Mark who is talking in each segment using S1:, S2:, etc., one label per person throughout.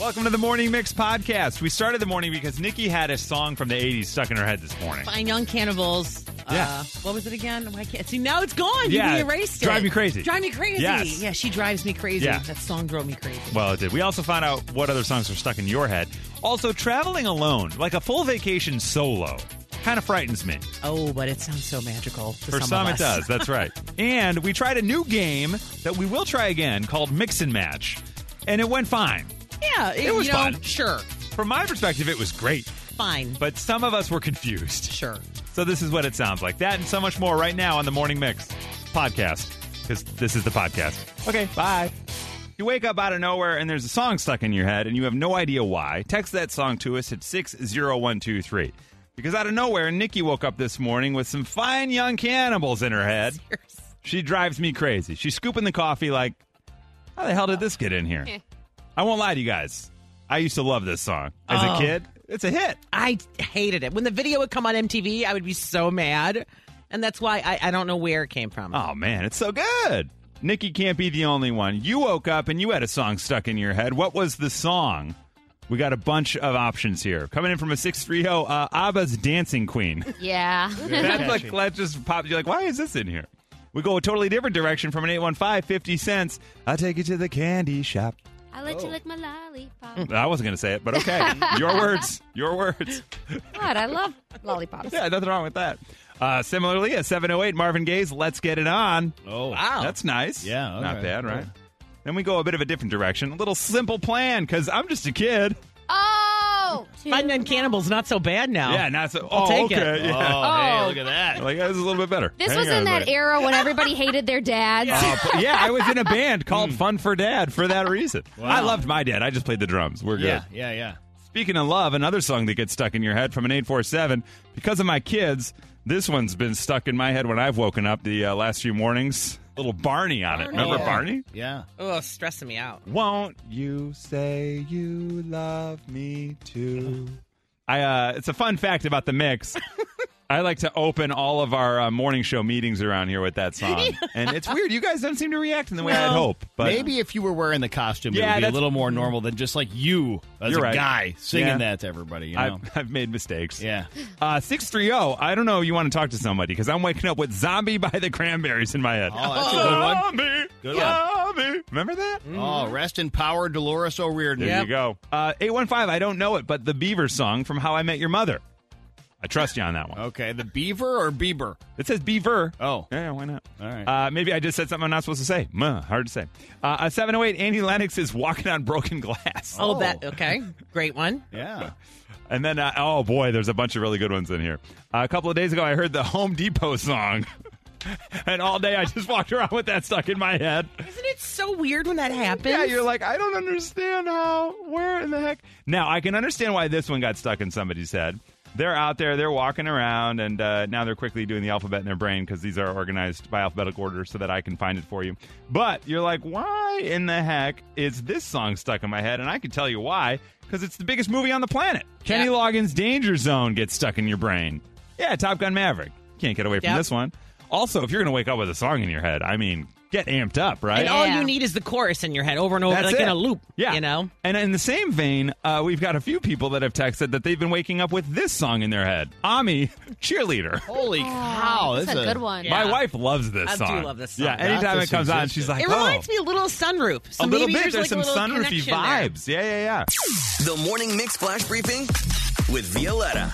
S1: Welcome to the Morning Mix podcast. We started the morning because Nikki had a song from the 80s stuck in her head this morning.
S2: Fine Young Cannibals.
S1: Yeah.
S2: Uh, what was it again? Why can't see now it's gone.
S1: Yeah,
S2: You erased it.
S1: Drive Me Crazy.
S2: Drive me crazy.
S1: Yes.
S2: Yeah, she drives me crazy.
S1: Yeah.
S2: That song drove me crazy.
S1: Well, it did. We also found out what other songs are stuck in your head. Also, traveling alone, like a full vacation solo, kind of frightens me.
S2: Oh, but it sounds so magical. To
S1: For
S2: some,
S1: some,
S2: of
S1: it
S2: us.
S1: does. That's right. and we tried a new game that we will try again called Mix and Match, and it went fine.
S2: Yeah, it,
S1: was
S2: you know,
S1: fun.
S2: Sure,
S1: From my perspective, it was great,
S2: fine,
S1: but some of us were confused.
S2: sure.
S1: So this is what it sounds like. That and so much more right now on the Morning Mix podcast because this is the podcast. Okay, bye. You wake up out of nowhere and there's a song stuck in your head and you have no idea why. Text that song to us at 60123. Because out of nowhere, Nikki woke up this morning with some fine young cannibals in her head. She drives me crazy. She's scooping the coffee like, how the hell did this get in here? I won't lie to you guys. I used to love this song as a
S2: Oh.
S1: kid. It's a hit.
S2: I hated it when the video would come on MTV. I would be so mad, and that's why I, I don't know where it came from.
S1: Oh man, it's so good. Nikki can't be the only one. You woke up and you had a song stuck in your head. What was the song? We got a bunch of options here. Coming in from a 630, uh, ABBA's Dancing Queen.
S3: Yeah.
S1: That's like, that just popped. You're like, why is this in here? We go a totally different direction from an 815, 50 cents. I'll take you to the candy shop.
S3: I let
S1: Oh.
S3: you lick my lollipop.
S1: I wasn't going to say it, but okay. your words. Your words.
S3: God, I love lollipops.
S1: Yeah, nothing wrong with that. Uh, similarly, a 708 Marvin Gaye's Let's Get It On.
S4: Oh,
S2: Wow.
S1: That's nice.
S4: Yeah, okay.
S1: Not bad, right? Then we go a bit of a different direction. A little simple plan, because I'm just a kid.
S3: Oh!
S2: Fine Young Cannibals not so bad now.
S1: Yeah, not so.
S2: I'll
S1: oh,
S2: take it.
S1: okay. Yeah.
S4: Oh,
S3: Oh.
S4: hey, look at that.
S1: Like, this is a little bit better.
S3: This
S1: Hang
S3: was
S1: on a
S3: in that
S1: second.
S3: era when everybody hated their dads.
S1: Uh, but yeah, I was in a band called Fun for Dad for that reason. I loved my dad. I just played the drums. We're good.
S4: Yeah, yeah, yeah.
S1: Speaking of love, another song that gets stuck in your head from an 847 because of my kids. This one's been stuck in my head when I've woken up the uh, last few mornings. Little Barney on it. Remember
S4: yeah.
S1: Barney?
S4: Yeah.
S2: Oh, stressing me out.
S1: Won't you say you love me too? I uh, it's a fun fact about the mix. I like to open all of our uh, morning show meetings around here with that song, and it's weird. You guys don't seem to react in the way I'd
S2: No.
S1: hope. But
S4: Maybe if you were wearing the costume,
S1: Yeah,
S4: it would be a
S1: that's- mm-hmm.
S4: little more normal than just like you as
S1: You're
S4: a
S1: right.
S4: guy singing
S1: Yeah.
S4: that to everybody. You know?
S1: I've, I've made mistakes.
S4: yeah.
S1: Uh, six three zero. I don't know. You want to talk to somebody because I'm waking up with "Zombie" by the Cranberries in my head.
S4: Oh, that's a good one.
S1: Zombie,
S4: Good
S1: zombie. Remember that?
S4: Oh, rest in power, Dolores O'Riordan.
S1: There
S2: Yep.
S1: you go. Uh, Eight one five. I don't know it, but the Beaver song from How I Met Your Mother. I trust you on that one.
S4: Okay, the beaver or Bieber?
S1: It says beaver.
S4: Oh.
S1: Yeah, why not?
S4: All right.
S1: Uh, maybe I just said something I'm not supposed to say. Muh, hard to say. Uh, a 708, Annie Lennox is walking on broken glass.
S2: Oh, that okay, great one.
S4: Yeah.
S1: And then, uh, oh boy, there's a bunch of really good ones in here. Uh, a couple of days ago, I heard the Home Depot song. and all day, I just walked around with that stuck in my head.
S2: Isn't it so weird when that happens?
S1: Yeah, you're like, I don't understand how, where in the heck. Now, I can understand why this one got stuck in somebody's head. They're out there, they're walking around, and uh, now they're quickly doing the alphabet in their brain because these are organized by alphabetical order so that I can find it for you. But you're like, why in the heck is this song stuck in my head? And I can tell you why because it's the biggest movie on the planet. Kenny
S2: Yeah.
S1: Loggins' Danger Zone gets stuck in your brain. Yeah, Top Gun Maverick. Can't get away from
S2: Yep.
S1: this one. Also, if you're going to wake up with a song in your head, I mean, get amped up, right?
S2: and all
S3: Yeah.
S2: you need is the chorus in your head over and over,
S1: That's
S2: like in
S1: it.
S2: a loop.
S1: Yeah.
S2: you know.
S1: And in the same vein, uh, we've got a few people that have texted that they've been waking up with this song in their head Ami, cheerleader.
S4: Holy
S1: Oh,
S4: cow.
S3: Oh, That's a good one.
S1: My
S2: Yeah.
S1: wife loves this
S2: I do
S1: song.
S2: love this song.
S1: Yeah, anytime it
S4: That's
S1: comes on,
S4: consistent.
S1: she's like,
S2: It
S1: oh,
S2: reminds me a little of Sunroof. So
S1: a little
S2: maybe
S1: bit.
S2: There's,
S1: some
S2: like, a little
S1: sunroofy
S2: connection there.
S1: vibes. Yeah, yeah, yeah.
S5: The Morning Mix Flash Briefing with Violetta.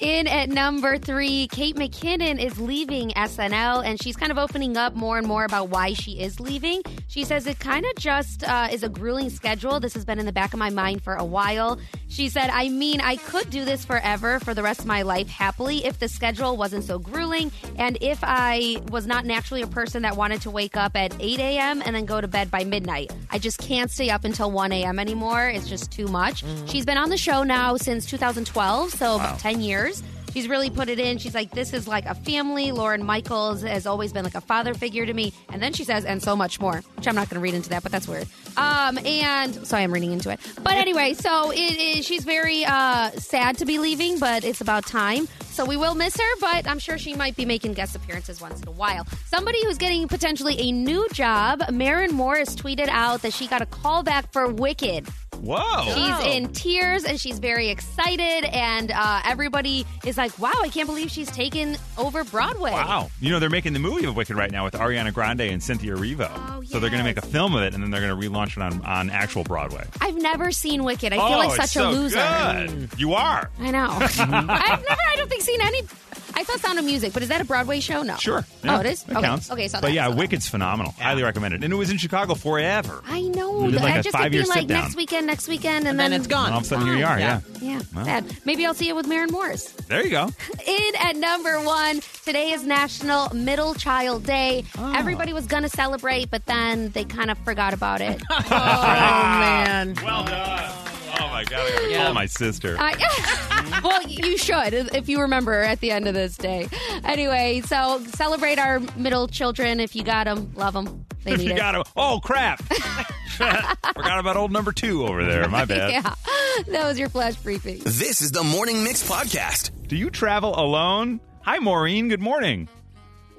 S3: In at number three, Kate McKinnon is leaving SNL, and she's kind of opening up more and more about why she is leaving. She says it kind of just uh, is a grueling schedule. This has been in the back of my mind for a while. She said, I mean, I could do this forever for the rest of my life happily if the schedule wasn't so grueling and if I was not naturally a person that wanted to wake up at 8 a.m. and then go to bed by midnight. I just can't stay up until 1 a.m. anymore. It's just too much. She's been on the show now since 2012, so about 10 years. She's really put it in. She's like, this is like a family. Lauren Michaels has always been like a father figure to me. And then she says, and so much more, which I'm not going to read into that, but that's weird. Um, and sorry, I'm reading into it. But anyway, so it is, she's very uh, sad to be leaving, but it's about time. So we will miss her, but I'm sure she might be making guest appearances once in a while. Somebody who's getting potentially a new job, Marin Morris tweeted out that she got a call back for Wicked.
S1: Whoa.
S3: She's in tears and she's very excited, and uh, everybody is like, "Wow, I can't believe she's taken over Broadway."
S1: Wow. You know, they're making the movie of Wicked right now with Ariana Grande and Cynthia Erivo.
S3: Oh,
S1: So they're going to make a
S3: yes.
S1: film of it and then they're going to relaunch it on, on actual Broadway.
S3: I've never seen Wicked. I feel like
S1: Oh, it's
S3: such a
S1: so
S3: loser.
S1: Good. You are.
S3: I know. I've never, I don't think, seen any. I saw Sound of Music, but is that a Broadway show? No.
S1: Sure.
S3: oh, it is?
S1: That
S3: okay.
S1: counts.
S3: Okay, so
S1: But yeah, Wicked's phenomenal. Highly recommend it. And it was in Chicago forever.
S3: I know.
S1: We did
S3: that
S1: like a
S3: I just kept
S1: five-year
S3: being like,
S1: sit-down.
S3: next weekend, next weekend, and,
S2: And then it's gone. Oh,
S1: And all of a sudden, here you are. Yeah.
S2: Yeah.
S3: Yeah,
S1: Wow.
S3: sad. Maybe I'll see it with Maren Morris.
S1: There you go.
S3: In at number one, today is National Middle Child Day.
S1: Oh.
S3: Everybody was going to celebrate, but then they kind of forgot about it.
S2: Oh, man.
S1: Well done. Oh, my God. I got to
S2: Yeah.
S1: call my sister.
S3: I, well, you should if you remember at the end of this day. Anyway, so celebrate our middle children if you got them. Love them. They
S1: if
S3: need
S1: you
S3: it.
S1: got him. Oh, crap. Forgot about old number two over there. My bad.
S3: Yeah, that was your flash briefing.
S5: This is the Morning Mix Podcast.
S1: Do you travel alone? Hi, Maureen. Good morning.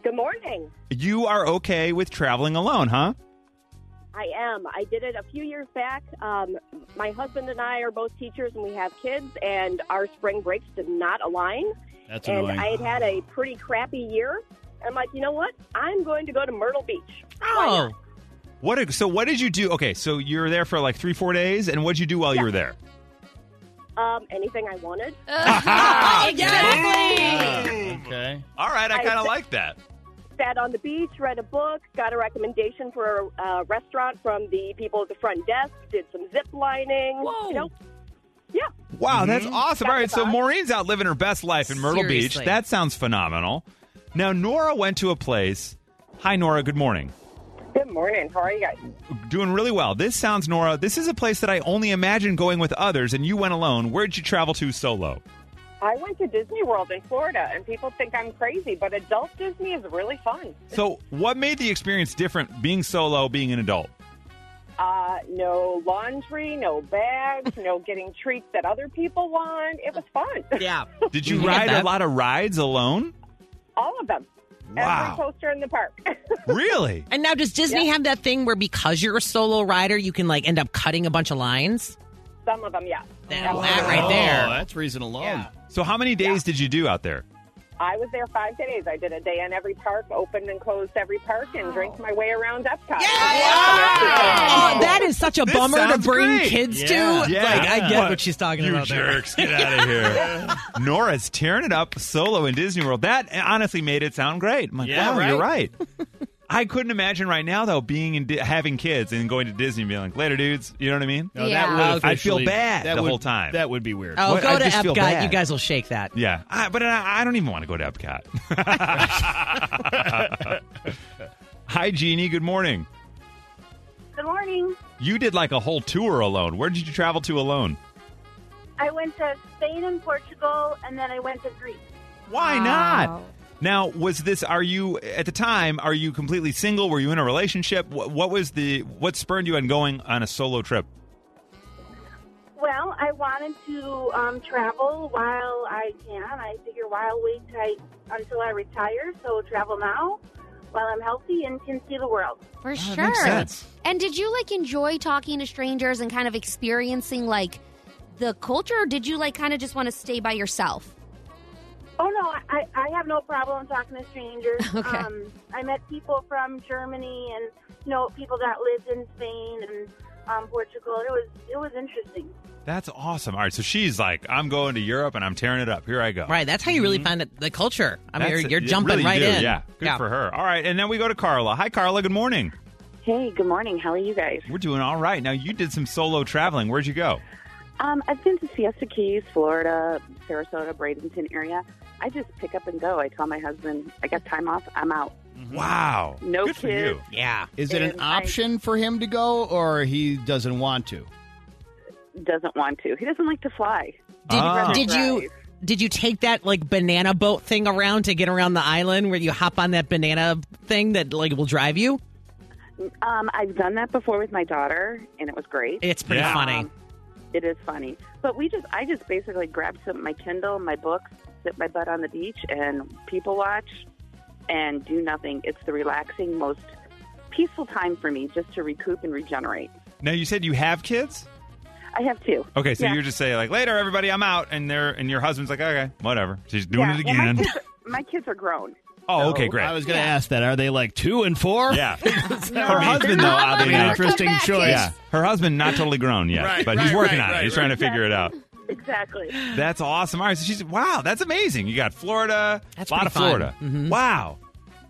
S6: Good morning.
S1: You are okay with traveling alone, huh?
S6: I am. I did it a few years back. Um, my husband and I are both teachers, and we have kids, and our spring breaks did not align.
S4: That's
S6: and
S4: annoying.
S6: I had had a pretty crappy year. I'm like, you know what? I'm going to go to Myrtle Beach.
S2: Oh.
S1: What? did- So what did you do? Okay, so you were there for like three, four days, and what did you do while you were there?
S6: Um, anything I wanted.
S4: okay.
S1: All right, I
S6: I
S1: kind of
S6: thi-
S1: like that.
S6: Sat on the beach, read a book, got a recommendation for a uh, restaurant from the people at the front desk, did some zip lining.
S2: Whoa.
S6: You know? Yeah.
S1: Wow, that's
S2: Mm-hmm.
S1: awesome.
S6: Got
S1: All right,
S6: the
S1: so
S6: vibe.
S1: Maureen's out living her best life in Myrtle Beach.
S2: Seriously.
S1: That sounds phenomenal. Now Nora went to a place. Hi, Nora. Good morning.
S6: Good morning. How are you guys?
S1: Doing really well. This sounds, Nora. This is a place that I only imagine going with others, and you went alone. Where'd you travel to solo?
S6: I went to Disney World in Florida, and people think I'm crazy, but adult Disney is really fun.
S1: So, what made the experience different being solo, being an adult?
S6: Uh, no laundry, no bags, no getting treats that other people want. It was fun.
S2: Yeah.
S1: Did you
S2: Yeah,
S1: ride a
S2: that-
S1: lot of rides alone?
S6: All of them.
S1: Wow.
S6: Every coaster in the park.
S1: Really?
S2: And now, does Disney have that thing where because you're a solo rider, you can like end up cutting a bunch of lines?
S6: Some of them, yeah.
S2: That,
S6: Wow.
S2: that right there.
S4: Oh, that's reason alone.
S1: So, how many days did you do out there?
S6: I was there five days. I did a day in every park, opened and closed every park, and drank my way around
S2: Oh,
S6: Epcot.
S2: that is such a
S1: This
S2: bummer to
S1: sounds
S2: bring
S1: great.
S2: kids
S4: Yeah.
S2: to. Like, I get what she's talking
S1: you
S2: about there.
S1: jerks, get out of here. Nora's tearing it up solo in Disney World. That honestly made it sound great. I'm like,
S4: Yeah,
S1: wow, you're right. I couldn't imagine right now though being in Di- having kids and going to Disney and being like, "Later, dudes," you know what I mean?
S4: No,
S3: Yeah.
S4: that would
S1: I'd feel
S4: officially-
S1: bad
S4: that
S1: the
S4: would-
S1: whole time.
S4: That would be weird.
S2: Oh,
S1: What?
S2: go
S1: I
S2: to
S1: just feel bad.
S2: Epcot. You guys will shake that.
S1: Yeah, I, but I, I don't even want to go to Epcot. Hi, Jeannie. Good morning.
S6: Good morning.
S1: You did like a whole tour alone. Where did you travel to alone?
S6: I went to Spain and Portugal, and then I went to Greece.
S1: Why
S3: Wow.
S1: not? Now, was this? Are you at the time? Are you completely single? Were you in a relationship? What, what was the? What spurred you on going on a solo trip?
S6: Well, I wanted to um, travel while I can. I figure while wait I, until I retire, so travel now while I'm healthy and can see the world.
S3: For
S1: that
S3: sure.
S1: makes sense.
S3: And did you like enjoy talking to strangers and kind of experiencing like the culture, or did you like kind of just want to stay by yourself?
S6: Oh no, I, I have no problem talking to strangers.
S3: Okay.
S6: um, I met people from Germany and you know people that lived in Spain and um, Portugal. It was it was interesting.
S1: That's awesome. All right, so she's like, I'm going to Europe and I'm tearing it up. Here I go.
S2: Right. That's how you really find the, the culture. I mean,
S1: Mm-hmm. That's
S2: you're,
S1: it.
S2: you're
S1: You
S2: jumping
S1: really
S2: right
S1: do.
S2: in.
S1: Yeah, good for her. All right, and now we go to Carla. Hi, Carla. Good morning.
S7: Hey, good morning. How are you guys?
S1: We're doing all right. Now you did some solo traveling. Where'd you go?
S7: Um, I've been to Siesta Keys, Florida, Sarasota, Bradenton area. I just pick up and go. I tell my husband, I got time off. I'm out.
S1: Wow.
S7: Mm-hmm. No
S1: good for
S7: kids.
S1: you.
S2: Yeah.
S4: Is it an
S7: And I-
S4: option for him to go, or he doesn't want to?
S7: Doesn't want to. He doesn't like to fly.
S2: Did,
S1: Ah.
S2: did you
S7: Right.
S2: did you take that like banana boat thing around to get around the island where you hop on that banana thing that like will drive you?
S7: Um, I've done that before with my daughter, and it was great.
S2: It's pretty
S1: Yeah.
S2: funny.
S7: Um, it is funny, but we just I just basically grabbed some my Kindle, my books, sit my butt on the beach, and people watch, and do nothing. It's the relaxing, most peaceful time for me, just to recoup and regenerate.
S1: Now you said you have kids.
S7: I have two.
S1: Okay, so
S7: Yeah.
S1: you just say like later, everybody, I'm out, and they're and your husband's like, okay, whatever. She's doing
S7: Yeah,
S1: it
S7: well, my
S1: again.
S7: kids are- my kids are grown.
S1: oh, okay,
S4: I
S1: great.
S4: was going to ask that. Are they like two and four?
S1: Yeah,
S4: Her
S1: her husband though, oddly
S4: an
S1: enough,
S4: interesting
S3: Come back,
S4: choice.
S1: yeah, her husband not totally grown yet,
S4: Right,
S1: but he's
S4: right,
S1: working
S4: right,
S1: on it.
S4: right,
S1: He's trying to figure it out.
S7: Exactly.
S1: That's awesome. All right, so she's wow, that's amazing. You got Florida,
S2: That's
S1: a lot
S2: pretty
S1: of Florida.
S2: fun. Mhm.
S1: Wow,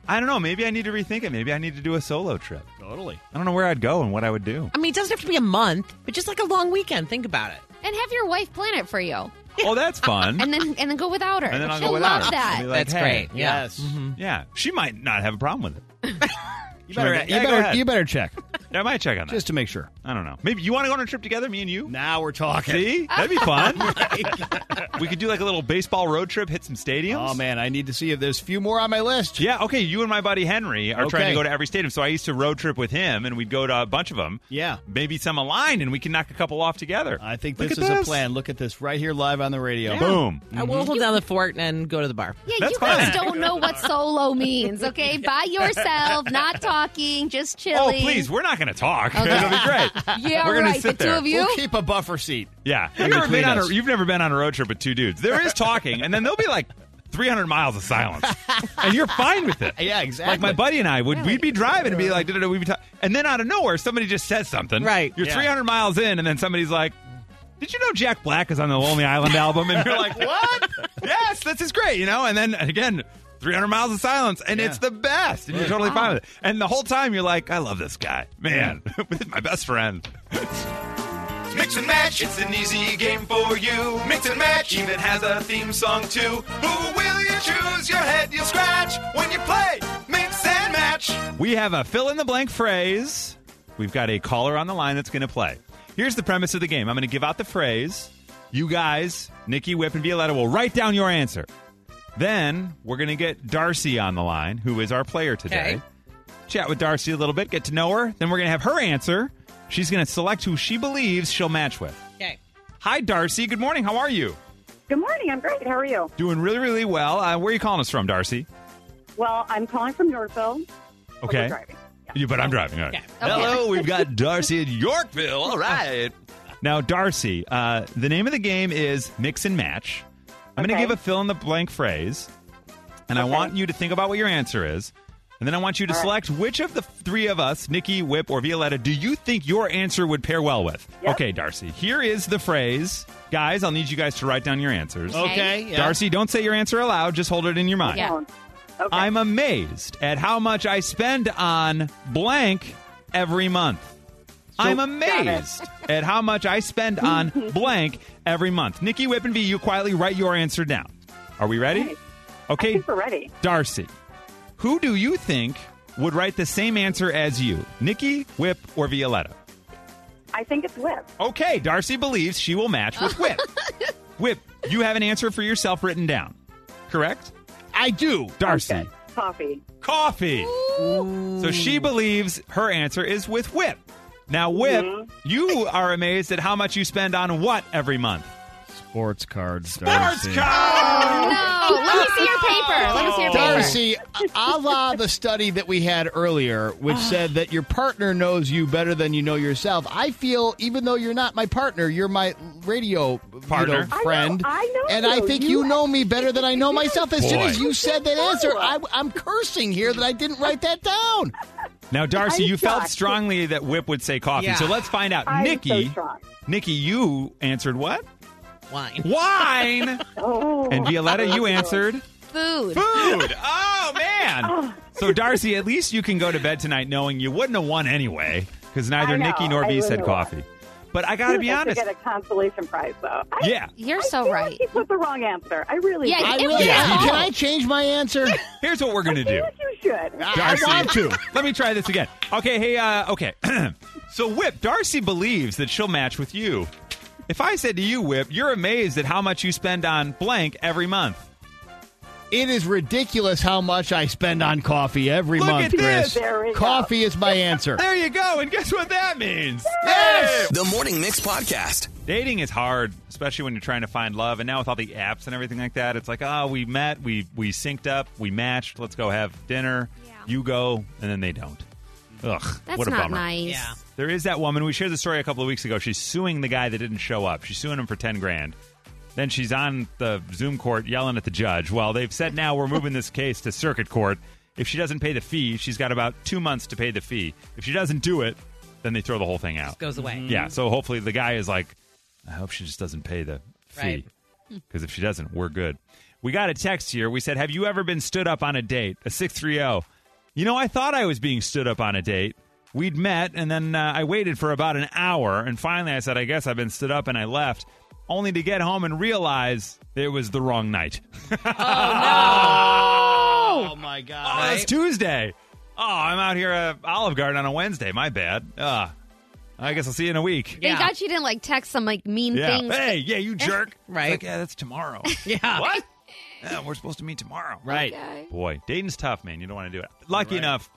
S1: I don't know. Maybe I need to rethink it. Maybe I need to do a solo trip.
S4: Totally.
S1: I don't know where I'd go and what I would do.
S2: I mean, it doesn't have to be a month, but just like a long weekend. Think about it.
S3: And have your wife plan it for you,
S1: Oh, that's fun.
S3: and then and then go without her.
S1: And then I'll
S3: She'll
S1: go without
S3: love
S1: her.
S3: that.
S1: Be like,
S2: That's
S1: hey,
S2: great. Yeah.
S4: Yes.
S1: Yeah, she might not have a problem with it.
S4: You,
S1: Sure,
S4: better,
S1: yeah,
S4: you,
S1: go ahead.
S4: better, you better check
S1: I might check on that.
S4: just to make sure.
S1: I don't know. Maybe you want to go on a trip together, me and you.
S4: Now we're talking.
S1: See, that'd be fun. we could do like a little baseball road trip, hit some stadiums.
S4: Oh, man. I need to see if there's a few more on my list.
S1: Yeah, okay. You and my buddy Henry are trying
S4: Okay.
S1: to go to every stadium, so I used to road trip with him, and we'd go to a bunch of them.
S4: Yeah.
S1: maybe some aligned, and we can knock a couple off together.
S4: I think
S1: Look
S4: this
S1: at
S4: is a
S1: this.
S4: plan. Look at this right here live on the radio.
S1: Boom.
S2: I will Uh, hold down the fort and go to the bar.
S3: Yeah,
S1: That's
S3: you guys
S1: fine.
S3: don't know what solo means, okay? By yourself, not talking, just
S1: Oh,
S3: chilling.
S1: please, we're not going to talk. That'll be great.
S3: Yeah,
S1: we're gonna
S3: right. The
S1: sit
S3: two
S1: there.
S3: of you.
S4: We'll keep a buffer seat.
S1: Yeah,
S4: In
S1: You've never
S4: between
S1: been on a,
S4: us.
S1: you've never been on a road trip with two dudes. There is talking, and then there'll be like 300 miles of silence, and you're fine with it.
S4: Yeah, exactly.
S1: Like my buddy and I would we'd be driving and be like, "Da-da-da," we'd be ta- and then out of nowhere somebody just says something.
S2: Right.
S1: You're
S4: Yeah.
S1: 300 miles in, and then somebody's like, "Did you know Jack Black is on the Lonely Island album?" And you're like, "What? yes, this is great," you know. And then again. 300 miles of silence, and
S4: Yeah.
S1: it's the best, and you're totally fine with it. And the whole time, you're like, I love this guy. Man, he's my best friend. Mix and match, it's an easy game for you. Mix and match even has a theme song too. Who will you choose? Your head you'll scratch when you play Mix and Match. We have a fill in the blank phrase. We've got a caller on the line that's going to play. Here's the premise of the game I'm going to give out the phrase. You guys, Nikki, Whip, and Violetta, will write down your answer. Then we're going to get Darcy on the line, who is our player today
S2: Okay.
S1: chat with Darcy a little bit, get to know her. Then we're going to have her answer. She's going to select who she believes she'll match with.
S2: Okay.
S1: Hi, Darcy. Good morning. How are you?
S8: Good morning. I'm great. How are you?
S1: Doing really, really well. Uh, where are you calling us from, Darcy?
S8: Well, I'm calling from Yorkville. but Oh, we're
S1: Okay.
S8: driving. Yeah.
S1: You, but I'm driving. All right.
S2: Okay.
S3: Okay.
S1: Hello, we've got Darcy in Yorkville. All right. Now, Darcy, uh, the name of the game is Mix and Match. I'm going
S8: Okay.
S1: to give a fill in the blank phrase, and I want you to think about what your answer is. And then I want you to
S8: All right.
S1: select which of the three of us, Nikki, Whip, or Violetta, do you think your answer would pair well with?
S8: Yep.
S1: Okay, Darcy, here is the phrase. Guys, I'll need you guys to write down your answers.
S3: Okay.
S4: Okay. yeah.
S1: Darcy, don't say your answer aloud, just hold it in your mind.
S3: Yeah.
S7: Oh,
S8: Okay.
S1: I'm amazed at how much I spend on blank every month. I'm amazed at how much I spend on blank every month. Nikki Whip and V, you quietly write your answer down. Are we ready?
S8: I
S1: Okay,
S8: think we're ready.
S1: Darcy, who do you think would write the same answer as you? Nikki, Whip, or Violetta?
S8: I think it's Whip.
S1: Okay, Darcy believes she will match with Whip. Whip, you have an answer for yourself written down, correct?
S4: I do.
S1: Darcy.
S8: Okay. Coffee.
S1: coffee. So she believes her answer is with Whip. Now, Whip, you are amazed at how much you spend on what every month?
S4: Sports cards.
S1: Sports card.
S3: No, let me see your paper. Let me see your paper.
S4: Darcy, a la the study that we had earlier, which said that your partner knows you better than you know yourself. I feel, even though you're not my partner, you're my radio you
S1: Partner.
S4: know, friend,
S8: I know- I know
S4: and I think
S8: you.
S4: you know me better than I know myself. As soon
S1: Boy.
S4: as you said that answer, I, I'm cursing here that I didn't write that down.
S1: Now, Darcy,
S8: I'm
S1: you felt
S8: shocked.
S1: strongly that Whip would say coffee.
S2: Yeah.
S1: So let's find out.
S8: I'm
S1: Nikki,
S8: so shocked.
S1: Nikki, you answered what?
S2: Wine.
S1: Wine.
S8: Oh,
S1: and Violetta, you answered
S3: Food.
S1: food. Oh man. So Darcy, at least you can go to bed tonight knowing you wouldn't have won anyway, because neither
S8: I know.
S1: Nikki nor
S8: I
S1: V
S8: wouldn't
S1: said
S8: have
S1: coffee. But I got to be
S8: I should
S1: honest.
S8: get a consolation prize, though. I,
S1: Yeah.
S3: You're
S8: I
S3: so
S8: feel
S3: right.
S8: Like you put the wrong answer. I really.
S3: Yeah,
S8: do.
S4: I
S3: It
S4: really,
S3: was awful.
S4: can I change my answer?
S1: Here's what we're gonna do.
S8: Yes, you should.
S4: I want to.
S1: Let me try this again. Okay, hey, uh, okay. so, Whip, Darcy believes that she'll match with you. If I said to you, Whip, you're amazed at how much you spend on blank every month.
S4: It is ridiculous how much I spend on coffee every
S1: Look
S4: month,
S1: at this.
S4: Chris.
S8: There we go.
S4: Coffee is my answer.
S1: There you go, and guess what that means?
S4: Yes!
S5: The Morning Mix Podcast.
S1: Dating is hard, especially when you're trying to find love. And now with all the apps and everything like that, it's like, oh, we met, we we synced up, we matched. Let's go have dinner.
S3: Yeah.
S1: You go, and then they don't. Ugh,
S3: That's
S1: what a
S3: not
S1: bummer.
S3: nice.
S2: Yeah.
S1: There is that woman. We shared the story a couple of weeks ago. She's suing the guy that didn't show up. She's suing him for ten grand. Then she's on the Zoom court yelling at the judge. Well, they've said now we're moving this case to circuit court. If she doesn't pay the fee, she's got about two months to pay the fee. If she doesn't do it, then they throw the whole thing out.
S2: Goes away.
S1: Yeah. So hopefully the guy is like, I hope she just doesn't pay the fee.
S2: Right.
S1: Because if she doesn't, we're good. We got a text here. We said, Have you ever been stood up on a date? A 630. You know, I thought I was being stood up on a date. We'd met, and then uh, I waited for about an hour. And finally, I said, I guess I've been stood up, and I left, only to get home and realize it was the wrong night.
S4: Oh my
S1: Oh,
S4: god!
S1: it's Tuesday. Oh, I'm out here at Olive Garden on a Wednesday. My bad. Uh, I guess I'll see you in a week.
S3: Thank
S2: Yeah.
S3: God she didn't like text some like mean
S1: Yeah.
S3: things. Eh,
S1: Hey, yeah, you jerk. It's
S2: Right.
S1: like, yeah, that's tomorrow.
S2: Yeah.
S1: What? Yeah, we're supposed to meet tomorrow.
S4: Right.
S3: Okay.
S1: Boy, dating's tough, man. You don't want to do it. Lucky
S4: Right.
S1: enough,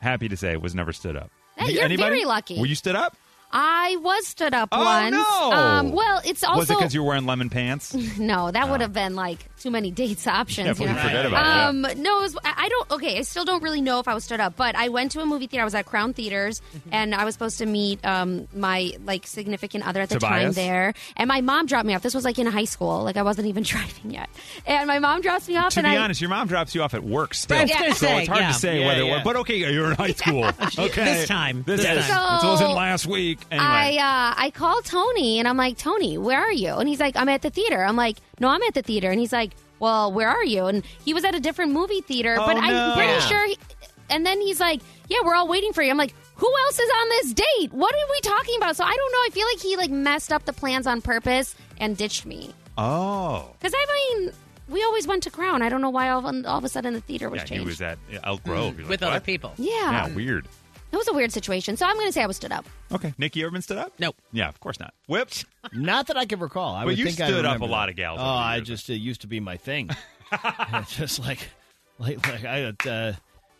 S1: happy to say, was never stood up.
S3: Hey, you're
S1: Anybody?
S3: very lucky.
S1: Were you stood up?
S3: I was stood up
S1: Oh,
S3: once.
S1: no.
S3: Um, well, it's also
S1: was it because you were wearing lemon pants?
S3: no. That would have been like too many dates options.
S1: Yeah,
S3: you
S1: we
S3: know?
S1: forget about it, yeah.
S3: um, No, it was, I I don't. Okay, I still don't really know if I was stood up, but I went to a movie theater. I was at Crown Theaters,
S1: Mm-hmm.
S3: and I was supposed to meet um, my like significant other at the time
S1: Tobias?
S3: there. And my mom dropped me off. This was like in high school. Like I wasn't even driving yet. And my mom drops me off,
S1: To
S3: and
S1: be
S3: I.
S1: honest, your mom drops you off at work still.
S2: I was gonna
S1: So
S2: say,
S1: it's hard
S2: yeah.
S1: to say
S4: Yeah,
S1: whether it was.
S4: yeah.
S1: But okay, you're in high school. okay.
S2: This time.
S1: This,
S2: This
S1: is-
S3: time.
S1: It wasn't
S3: So,
S1: last week. Anyway.
S3: I uh, I call Tony and I'm like, Tony, where are you? And he's like, I'm at the theater. I'm like, no, I'm at the theater. And he's like, well, where are you? And he was at a different movie theater,
S1: Oh,
S3: but
S1: no.
S3: I'm pretty
S1: Yeah.
S3: sure. He, and then he's like, yeah, we're all waiting for you. I'm like, who else is on this date? What are we talking about? So I don't know. I feel like he like messed up the plans on purpose and ditched me.
S1: oh.
S3: Because I mean, we always went to Crown. I don't know why all of, all of a sudden the theater was
S1: Yeah, he
S3: changed.
S1: was at Elk Grove. You're like,
S2: With other
S1: what?
S2: people.
S3: yeah,
S1: Yeah, weird.
S3: it was a weird situation. So I'm going to say I was stood up.
S1: Okay. Nikki, you ever been stood up?
S2: Nope.
S1: Yeah, of course not. Whipped?
S4: Not that I can recall. I
S1: But
S4: would
S1: you
S4: think I
S1: stood up
S4: remember
S1: a lot
S4: that.
S1: of gals
S4: Oh,
S1: over the
S4: I
S1: years.
S4: just it used to be my thing. It's just like, like, like I, uh,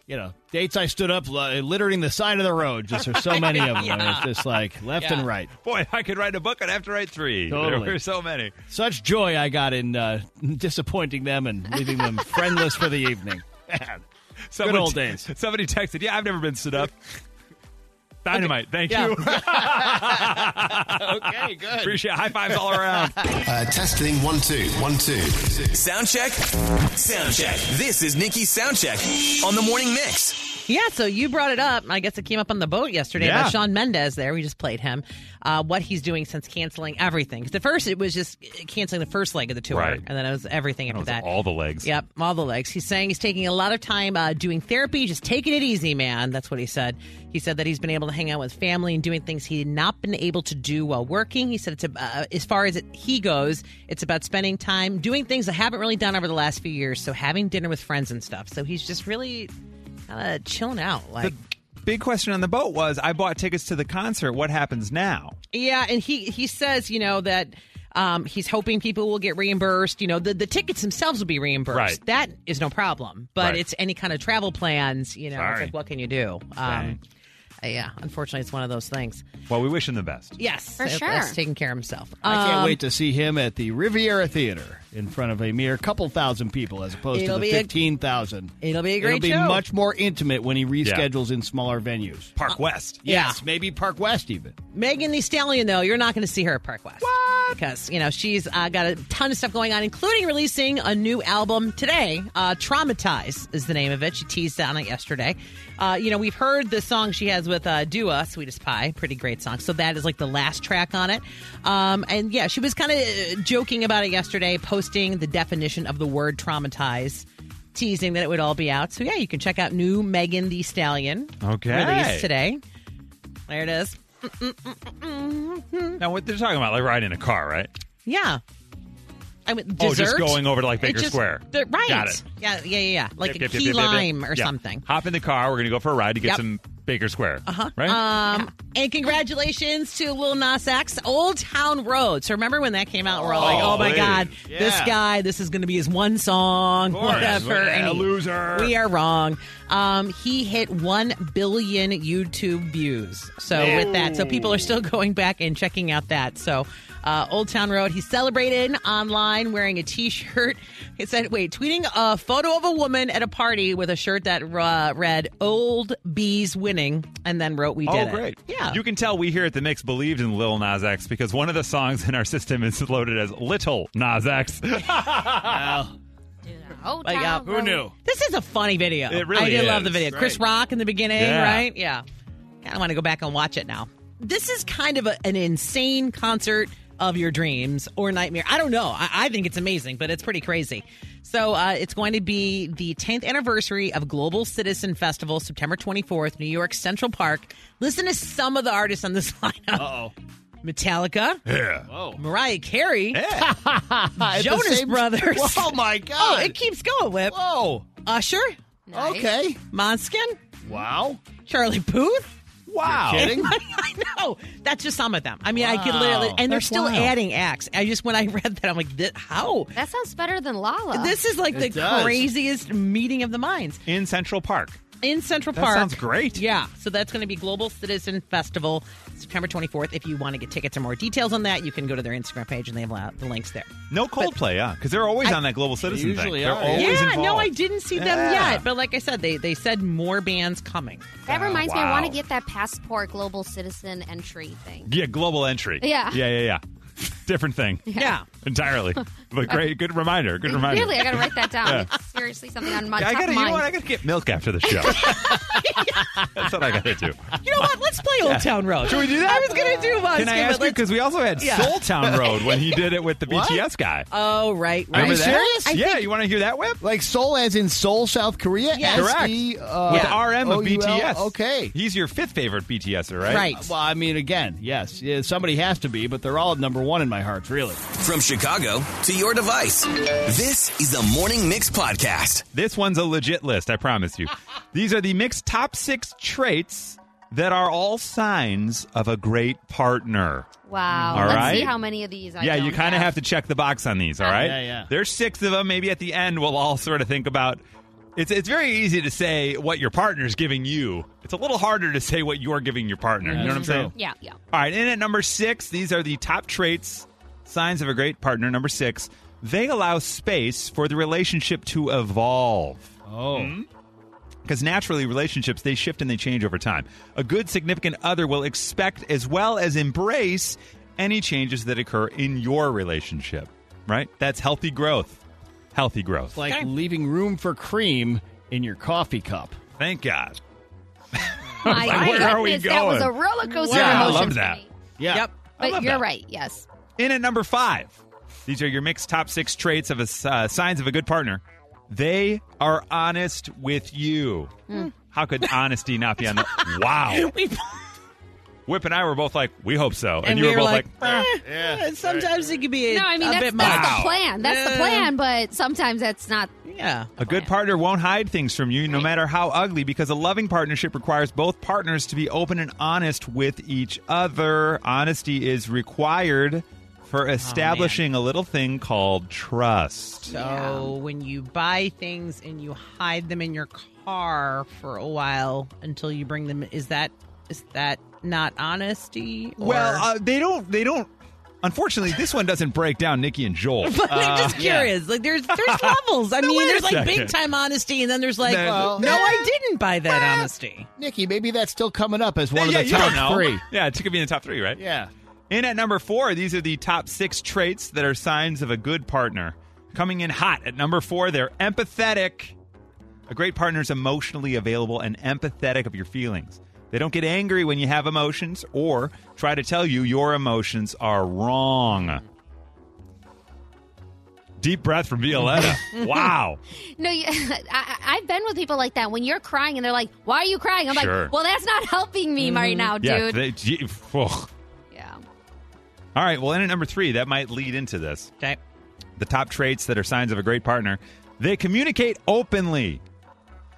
S4: you know, dates I stood up li- littering the side of the road. Just there's so many of them. It's just like left and
S2: Yeah.
S4: right.
S1: Boy, I could write a book. I'd have to write three.
S4: Totally.
S1: There were so many.
S4: Such joy I got in uh, disappointing them and leaving them friendless for the evening. Man.
S1: Someone
S4: old
S1: t-
S4: days.
S1: Somebody texted, "Yeah, I've never been stood up." Dynamite. Thank
S2: Yeah.
S1: you.
S4: Okay, good.
S1: Appreciate it. high fives all around.
S9: Uh, testing one two one two.
S5: Sound check. Sound check. This is Nikki's sound check on the morning mix.
S2: Yeah, so you brought it up. I guess it came up on the boat yesterday
S1: Yeah.
S2: by Sean Mendez there. We just played him. Uh, what he's doing since canceling everything. 'Cause at first it was just canceling the first leg of the tour.
S1: Right.
S2: And then it was everything after
S1: was
S2: that.
S1: all the legs.
S2: Yep, all the legs. He's saying he's taking a lot of time uh, doing therapy, just taking it easy, man. That's what he said. He said that he's been able to hang out with family and doing things he had not been able to do while working. He said it's a, uh, as far as it, he goes, it's about spending time doing things I haven't really done over the last few years. So having dinner with friends and stuff. So he's just really kind of chilling out. Like,
S1: The big question on the boat was, I bought tickets to the concert. What happens now?
S2: yeah, and he he says, you know that. Um, he's hoping people will get reimbursed. You know, the, the tickets themselves will be reimbursed.
S1: Right.
S2: That is no problem. But
S1: Right.
S2: it's any kind of travel plans, you know, it's
S1: Sorry.
S2: like, what can you do?
S1: Dang.
S2: Um, yeah, unfortunately, it's one of those things.
S1: Well, we wish him the best.
S2: Yes.
S3: For
S2: it-
S3: sure.
S2: It's taking care of himself.
S4: I can't
S2: Um,
S4: wait to see him at the Riviera Theater in front of a mere couple thousand people as opposed to
S2: It'll
S4: the
S2: be a-
S4: 15,000.
S2: it'll be a great
S4: It'll be
S2: show.
S4: much more intimate when he reschedules in smaller venues.
S1: Park West.
S2: Yeah.
S4: Yes, maybe Park West even.
S2: Megan the Stallion, though, you're not going to see her at Park West. Because, you know, she's uh, got a ton of stuff going on, including releasing a new album today. Uh, Traumatize is the name of it. She teased on it yesterday. Uh, you know, we've heard the song she has with uh, Dua, Sweetest Pie. Pretty great song. So that is like the last track on it. Um, and yeah, she was kind of joking about it yesterday, posting the definition of the word traumatize. Teasing that it would all be out. So, yeah, you can check out new Megan the Stallion
S1: Okay.
S2: release today. There it is.
S1: Now, what they're talking about, like riding in a car, right?
S2: Yeah. I mean,
S1: Oh, just
S2: dessert?
S1: going over to, like,
S2: It
S1: Baker Square.
S2: the- right.
S1: Got it.
S2: Yeah, yeah, yeah, yeah. Like
S1: Yep,
S2: a
S1: yep, yep,
S2: key
S1: yep, yep, yep.
S2: lime or
S1: Yeah.
S2: something.
S1: Hop in the car. We're going to go for a ride to get
S2: Yep.
S1: some Baker Square. Uh-huh. Right?
S2: Um, and congratulations to Lil Nas X, Old Town Road. So remember when that came out? We're all like,
S1: Oh,
S2: oh my
S1: please.
S2: god, this
S4: Yeah.
S2: guy, this is going to be his one song,
S1: course.
S2: whatever.
S1: Yeah,
S2: And he-
S1: loser.
S2: We are wrong. Um, he hit one billion YouTube views. So with that, so people are still going back and checking out that. So uh, Old Town Road. He celebrated online wearing a T-shirt. It said, "Wait, tweeting a photo of a woman at a party with a shirt that uh, read Old Bees Winning," and then wrote, "We did
S1: oh, great.
S2: it." Yeah.
S1: You can tell we here at The Mix believed in Lil Nas X because one of the songs in our system is loaded as Little Nas X.
S3: Oh,
S2: Like, uh,
S3: Town
S2: who
S3: Road.
S2: This is a funny video.
S1: It really
S2: I did love
S1: is.
S2: the video. Chris Rock in the beginning,
S1: Yeah.
S2: right? Yeah. Kind of want to go back and watch it now. This is kind of a, an insane concert of your dreams or nightmare. I don't know. I, I think it's amazing, but it's pretty crazy. So uh, it's going to be the 10th anniversary of Global Citizen Festival, September 24th, New York Central Park. Listen to some of the artists on this lineup.
S10: Oh,
S2: Metallica,
S1: Oh.
S10: whoa.
S2: Mariah Carey,
S1: Yeah.
S4: At the
S2: Jonas
S4: same-
S2: Brothers.
S4: Oh my
S2: Oh,
S4: god!
S2: it keeps going, Whip.
S4: Whoa.
S2: Usher,
S3: Nice.
S4: Okay.
S2: Monskin,
S4: Wow.
S2: Charlie Booth.
S1: wow.
S4: Kidding?
S2: I know. That's just some of them. I mean, I could
S4: Wow.
S2: literally, and they're
S4: That's
S2: still
S4: wild.
S2: adding acts. I just when I read that, I'm like, this, how?
S3: That sounds better than Lala.
S2: This is like the
S4: It does.
S2: craziest meeting of the minds
S1: In Central Park.
S2: in Central
S1: That
S2: Park.
S1: sounds great.
S2: Yeah. So that's going to be Global Citizen Festival, September 24th. If you want to get tickets or more details on that, you can go to their Instagram page and they have uh, the links there.
S1: No Coldplay, yeah, because they're always on that Global Citizen
S10: usually
S1: thing. They're
S10: are, yeah.
S1: always
S2: yeah.
S1: involved.
S2: No, I didn't see them
S1: Yeah.
S2: yet, but like I said, they they said more bands coming.
S3: that reminds me, I
S1: Ah, wow.
S3: want to get that passport global citizen entry thing.
S1: Yeah, global entry.
S3: Yeah.
S1: yeah, yeah, yeah. Different thing
S2: yeah.
S1: entirely, but great. Good reminder. Good reminder.
S3: Really, I got to write that down.
S1: Yeah.
S3: It's seriously something on my
S1: I
S3: top
S1: gotta,
S3: of
S1: you know
S3: mind.
S1: what? I gotta get milk after the show. That's what I gotta do.
S2: You know what? Let's play Old Town Road. Should we do that? I was gonna do Monskin,
S1: Can I ask
S2: but
S1: you?
S2: let's-
S1: Because we also had
S2: Yeah.
S1: Soul Town Road when he did it with the
S4: What?
S1: BTS guy.
S2: Oh right, right.
S1: Remember
S4: you
S1: that?
S4: serious? I
S1: yeah, you want to hear that whip?
S4: Like Seoul, as in Seoul, South Korea.
S2: Yes.
S1: Correct.
S4: S-E, uh,
S1: With RM of
S4: O-U-L?
S1: BTS.
S4: Okay.
S1: He's your fifth favorite BTSer, er, right?
S2: Right.
S4: Well, I mean, again, yes, yeah, somebody has to be, but they're all number one in my heart, really.
S5: From Chicago to your device, this is the Morning Mix Podcast.
S1: This one's a legit list, I promise you. These are the mixed top six traits that are all signs of a great partner.
S3: Wow.
S1: All
S3: Let's see
S1: right.
S3: how many of these I
S1: yeah, you
S3: kind
S1: kind of have to check the box on these, all right?
S4: yeah, yeah.
S1: There's six of them. Maybe at the end, we'll all sort of think about. It's it's very easy to say what your partner's giving you. It's a little harder to say what you're giving your partner. you know what I'm saying?
S3: Yeah, yeah.
S1: All right, in at number six, these are the top traits, signs of a great partner. Number six, they allow space for the relationship to evolve.
S4: Oh,
S1: Because naturally, relationships, they shift and they change over time. A good significant other will expect as well as embrace any changes that occur in your relationship, right? That's healthy growth. Healthy growth.
S4: it's like
S2: Okay.
S4: leaving room for cream in your coffee cup.
S1: Thank God.
S3: My
S1: Like, where
S3: goodness,
S1: are we
S3: that was a
S1: going?
S3: roller coaster
S1: Yeah,
S3: of
S1: I
S3: emotions
S1: love
S3: for
S1: that.
S3: me.
S4: Yeah.
S2: Yep.
S1: I
S3: But
S1: love
S3: you're
S1: that.
S3: right, yes.
S1: In at number five, these are your mixed top six traits of a, uh, signs of a good partner. They are honest with you. How could honesty not be on the? Wow.
S2: We-
S1: Whip and I were both like, we hope so, and,
S2: and
S1: you
S2: we
S1: were, both like,
S2: eh, sometimes it could be a,
S3: No, I mean,
S2: a
S3: that's,
S2: bit
S3: that's
S1: much.
S3: the plan. That's the
S2: Yeah.
S3: plan, but sometimes that's not.
S2: much. Yeah.
S1: A good partner won't hide things from you, no matter how ugly, because a loving partnership requires both partners to be open and honest with each other. Honesty is required for establishing a little thing called trust.
S2: So when you buy things and you hide them in your car for a while until you bring them, is that is that not honesty? Or-
S1: Well, uh, they don't. They don't. Unfortunately, this one doesn't break down Nikki and Joel. Uh,
S2: but I'm just curious. Like there's there's levels. I mean, there's like
S1: second.
S2: big time honesty, and then there's like,
S1: There's-
S2: well, "Eh." no, I didn't buy that honesty.
S4: Nikki, maybe that's still coming up as one
S1: yeah,
S4: of the
S1: you don't
S4: top
S1: know.
S4: three.
S1: Yeah, it could be in the top three, right?
S4: Yeah.
S1: In at number four, these are the top six traits that are signs of a good partner. Coming in hot at number four, they're empathetic. A great partner is emotionally available and empathetic of your feelings. They don't get angry when you have emotions or try to tell you your emotions are wrong. Deep breath from Violetta. wow.
S3: No, you, I- I, I've been with people like that. When you're crying and they're like, "Why are you crying?" I'm
S1: Sure. Mm-hmm.
S3: like, "Well, that's not helping me right now,
S1: Yeah.
S3: dude."
S1: they- gee, ugh.
S3: yeah.
S1: All right. Well, in at number three, that might lead into this.
S2: Okay.
S1: the top traits that are signs of a great partner they communicate openly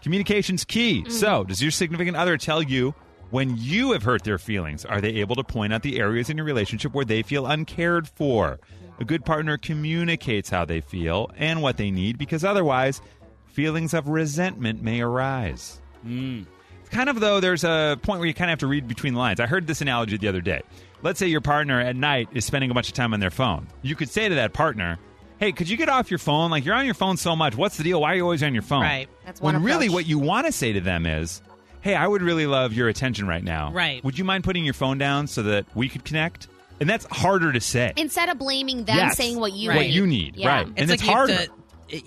S1: communication's key so does your significant other tell you when you have hurt their feelings are they able to point out the areas in your relationship where they feel uncared for a good partner communicates how they feel and what they need because otherwise feelings of resentment may arise It's kind of though there's a point where you kind of have to read between the lines i heard this analogy the other day let's say your partner at night is spending a bunch of time on their phone. You could say to that partner, "Hey, could you get off your phone? Like you're on your phone so much. What's the deal? Why are you always on your phone?"
S2: Right.
S3: That's
S1: when
S3: one
S1: really
S3: approach.
S1: what you want to say to them is, "Hey, I would really love your attention right now.
S2: Right.
S1: Would you mind putting your phone down so that we could connect?" And that's harder to say.
S3: Instead of blaming them,
S1: Yes.
S3: saying what you
S2: What
S3: need.
S1: you need,
S3: Yeah.
S1: right. and it's
S2: you have
S1: harder.
S2: to-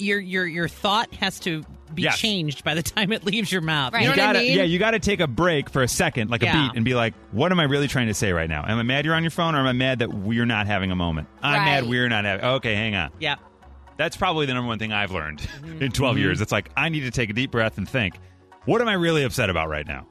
S2: your your your thought has to be
S1: Yes.
S2: changed by the time it leaves your mouth.
S3: Right.
S2: You know
S1: You
S2: what
S1: gotta,
S2: I mean?
S1: yeah, you gotta take a break for a second, like
S2: Yeah.
S1: a beat, and be like, "What am I really trying to say right now? Am I mad you're on your phone, or am I mad that we're not having a moment? I'm mad
S3: Right.
S1: we're not having. Okay, hang on.
S2: yeah.
S1: That's probably the number one thing I've learned
S2: Mm-hmm.
S1: in 12 years. It's like I need to take a deep breath and think, what am I really upset about right now?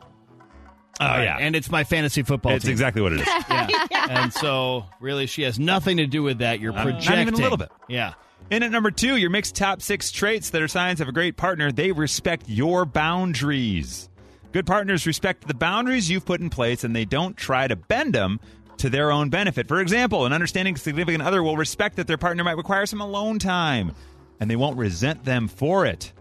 S1: Oh yeah,
S4: And it's my fantasy football
S1: it's
S4: team.
S1: exactly what it is.
S4: Yeah. and so, really, she has nothing to do with that. You're
S1: Uh, not even a
S4: projecting.
S1: little bit.
S4: Yeah.
S1: In at number two, your mixed top six traits that are signs of a great partner. They respect your boundaries. Good partners respect the boundaries you've put in place and they don't try to bend them to their own benefit. For example, an understanding significant other will respect that their partner might require some alone time and they won't resent them for it.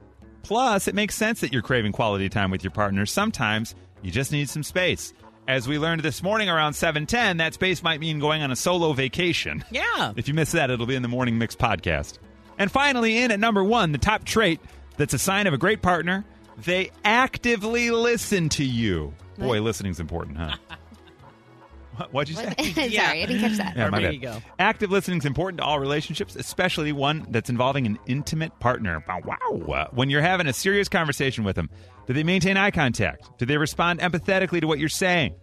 S1: Plus, it makes sense that you're craving quality time with your partner. Sometimes you just need some space. As we learned this morning around 7:10, that space might mean going on a solo vacation.
S2: Yeah.
S1: If you miss that, it'll be in the Morning Mix podcast. And finally, in at number one, the top trait that's a sign of a great partner they actively listen to you. Boy, listening's important, huh? What- What'd you say?
S3: Sorry,
S2: Yeah.
S3: I didn't catch that.
S1: Yeah, my
S2: There
S1: bad.
S2: you go.
S1: Active listening is important to all relationships, especially one that's involving an intimate partner. Wow, Wow. Uh, When you're having a serious conversation with them, do they maintain eye contact? Do they respond empathetically to what you're saying?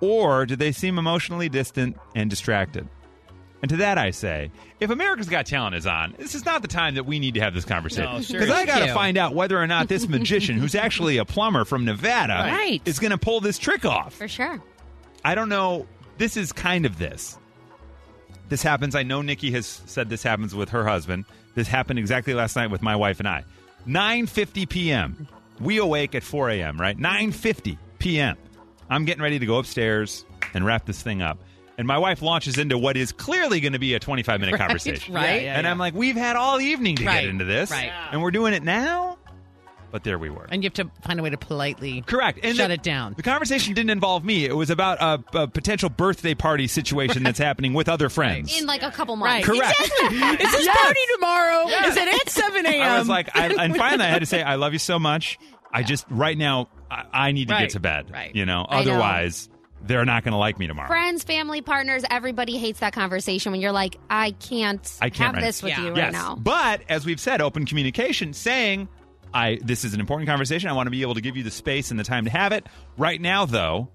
S1: Or do they seem emotionally distant and distracted? And to that I say, if America's Got Talent is on, this is not the time that we need to have this conversation.
S4: No,
S1: Because
S4: seriously.
S1: I got
S2: you.
S1: to find out whether or not this magician, who's actually a plumber from Nevada,
S2: Right.
S1: is going to pull this trick off.
S3: For sure.
S1: I don't know. This is kind of this. This happens. I know Nikki has said this happens with her husband. This happened exactly last night with my wife and I. 9:50 p.m. We awake at 4 a.m. Right? 9:50 p.m. I'm getting ready to go upstairs and wrap this thing up. And my wife launches into what is clearly going to be a 25 minute conversation.
S2: right.
S4: Yeah, yeah,
S1: And
S4: yeah.
S1: I'm like, we've had all evening to
S2: Right,
S1: get into this,
S2: right.
S1: and we're doing it now. But there we were.
S2: And you have to find a way to politely
S1: Correct. And
S2: shut
S1: the-
S2: it down.
S1: The conversation didn't involve me. It was about a, a potential birthday party situation that's happening with other friends.
S3: In like a couple months.
S2: Right.
S1: Correct.
S2: Is this party tomorrow? Is it at 7 a.m.?
S3: um,
S1: I was like, I, and finally, I had to say, I love you so much. I just right now, I, I need to
S2: Right.
S1: get to bed.
S2: Right.
S1: You know,
S3: I know.
S1: otherwise, they're not going to like me tomorrow.
S3: Friends, family, partners, everybody hates that conversation when you're like, I can't,
S1: I
S3: have
S1: can't right
S3: this with
S2: now.
S3: you
S2: Yeah.
S3: right
S1: yes,
S3: now.
S1: but as we've said, open communication, saying. I, this is an important conversation. I want to be able to give you the space and the time to have it. Right now, though,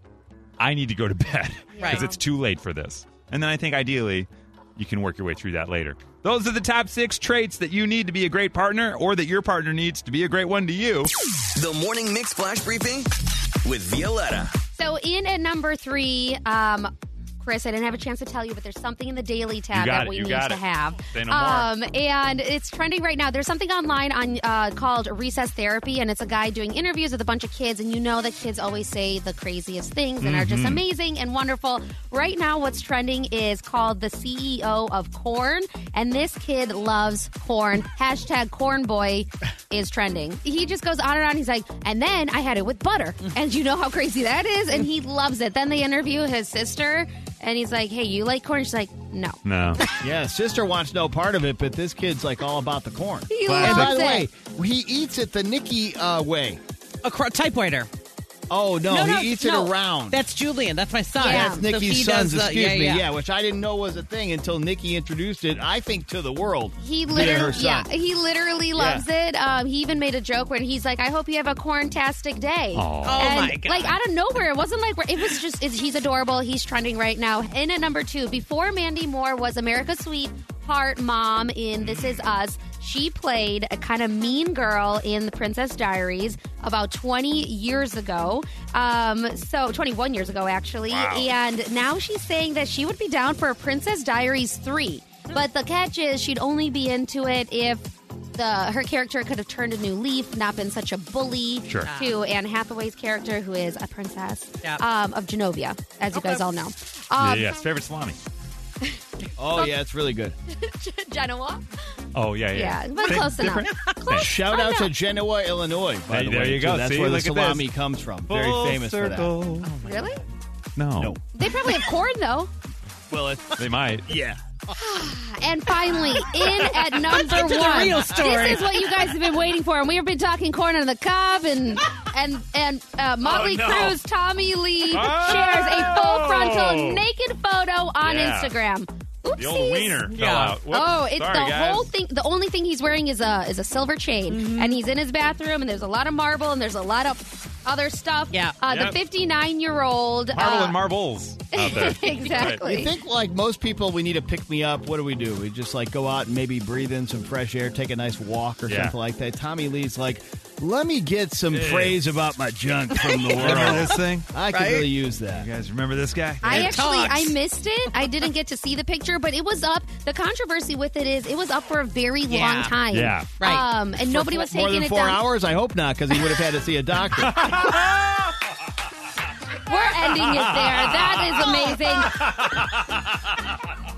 S1: I need to go to bed because
S2: Right.
S1: it's too late for this. And then I think ideally, you can work your way through that later. Those are the top six traits that you need to be a great partner or that your partner needs to be a great one to you.
S5: The Morning Mix Flash Briefing with Violetta.
S3: So in at number three, um, Chris, I didn't have a chance to tell you, but there's something in the daily
S1: You
S3: tab
S1: got
S3: that
S1: it,
S3: we
S1: you
S3: need
S1: got
S3: to
S1: it.
S3: have.
S1: Say no more.
S3: um, and it's trending right now. There's something online on uh, called recess therapy, and it's a guy doing interviews with a bunch of kids. And you know that kids always say the craziest things and are just amazing and wonderful. Right now, what's trending is called the CEO of Corn, and this kid loves corn. Hashtag Corn Boy is trending. He just goes on and on. He's like, and then I had it with butter, and you know how crazy that is, and he loves it. Then they interview his sister. And he's like, "Hey, you like corn?" She's like, "No."
S1: No.
S4: Yeah, sister wants no part of it, but this kid's like all about the corn.
S3: He
S4: and by
S3: loves
S4: the
S3: it.
S4: way, he eats it the Nikki uh, way.
S2: a cr- typewriter.
S4: Oh no,
S2: no,
S4: he
S2: no,
S4: eats
S2: no.
S4: it around.
S2: That's Julian. That's my son.
S3: Yeah.
S4: That's
S3: So
S2: he
S4: Nikki's
S2: does
S4: sons.
S2: the-
S4: excuse
S2: yeah,
S4: me.
S2: yeah.
S4: Yeah. which I didn't know was a thing until Nikki introduced it. I think to the world.
S3: He
S4: via her
S3: literally, yeah,
S4: son.
S3: he literally loves it. Um, he even made a joke where he's like, "I hope you have a corntastic day."
S1: Aw.
S2: Oh,
S3: And,
S2: my God.
S3: Like out of nowhere, it wasn't like it was just. It's, he's adorable. He's trending right now. In at number two, before Mandy Moore was America's sweetheart mom in This Is Us, she played a kind of mean girl in The Princess Diaries about 20 years ago. Um, so 21 years ago actually, and now she's saying that she would be down for a Princess Diaries three. But the catch is, she'd only be into it if the her character could have turned a new leaf, not been such a bully
S1: Sure.
S3: to Anne Hathaway's character, who is a princess
S2: Yeah.
S3: um, of Genovia, as you guys all know.
S1: Yeah,
S3: Um,
S1: yes, favorite salami.
S4: Oh yeah, it's really good.
S3: Genoa.
S1: Oh, yeah, yeah.
S3: Yeah, but
S1: Same-
S3: close enough.
S1: different?
S3: Close.
S4: Shout out to Genoa, Illinois. By
S1: Hey,
S4: the
S1: there
S4: way,
S1: you go.
S4: too. That's
S1: See,
S4: where the
S1: look at this.
S4: salami comes from. Very
S1: Full
S4: famous for that.
S1: circle.
S3: Really?
S1: No.
S4: No.
S3: They probably have corn though.
S1: Will it? They might.
S10: Yeah.
S3: And finally, in at number
S2: get to the
S3: one.
S2: real story.
S3: This is what you guys have been waiting for, and we have been talking corn on the cob and and and uh, Motley
S10: Oh, no.
S3: Cruz, Tommy Lee
S1: Oh!
S3: shares a full frontal naked photo on
S1: Yeah.
S3: Instagram. Oopsies.
S1: The old wiener fell
S2: Yeah.
S1: out. Whoops.
S3: Oh, it's
S1: Sorry,
S3: the
S1: guys. Mm-hmm.
S3: whole thing. The only thing he's wearing is a is a silver chain, and he's in his bathroom. And there's a lot of marble, and there's a lot of other stuff.
S2: Yeah.
S3: uh, the
S1: Yep.
S3: 59 year old.
S1: Marble
S3: uh,
S1: and marbles out there.
S3: exactly.
S4: You think like most people, we need to pick me up. What do we do? We just like go out and maybe breathe in some fresh air, take a nice walk or
S1: Yeah.
S4: something like that. Tommy Lee's like, let me get some praise about my junk from the
S1: Remember
S4: world.
S1: this thing?
S4: I could
S10: Right?
S4: really use that.
S1: You guys remember this guy?
S3: I
S10: It
S3: actually
S10: talks.
S3: I missed it. I didn't get to see the picture, but it was up. The controversy with it is it was up for a very
S2: Yeah.
S3: long time.
S1: Yeah.
S2: Right.
S3: Um, and nobody was
S4: More
S3: taking
S4: than
S3: it
S4: four
S3: down.
S4: hours? I hope not, because he would have had to see a doctor.
S3: We're ending it there. That is amazing.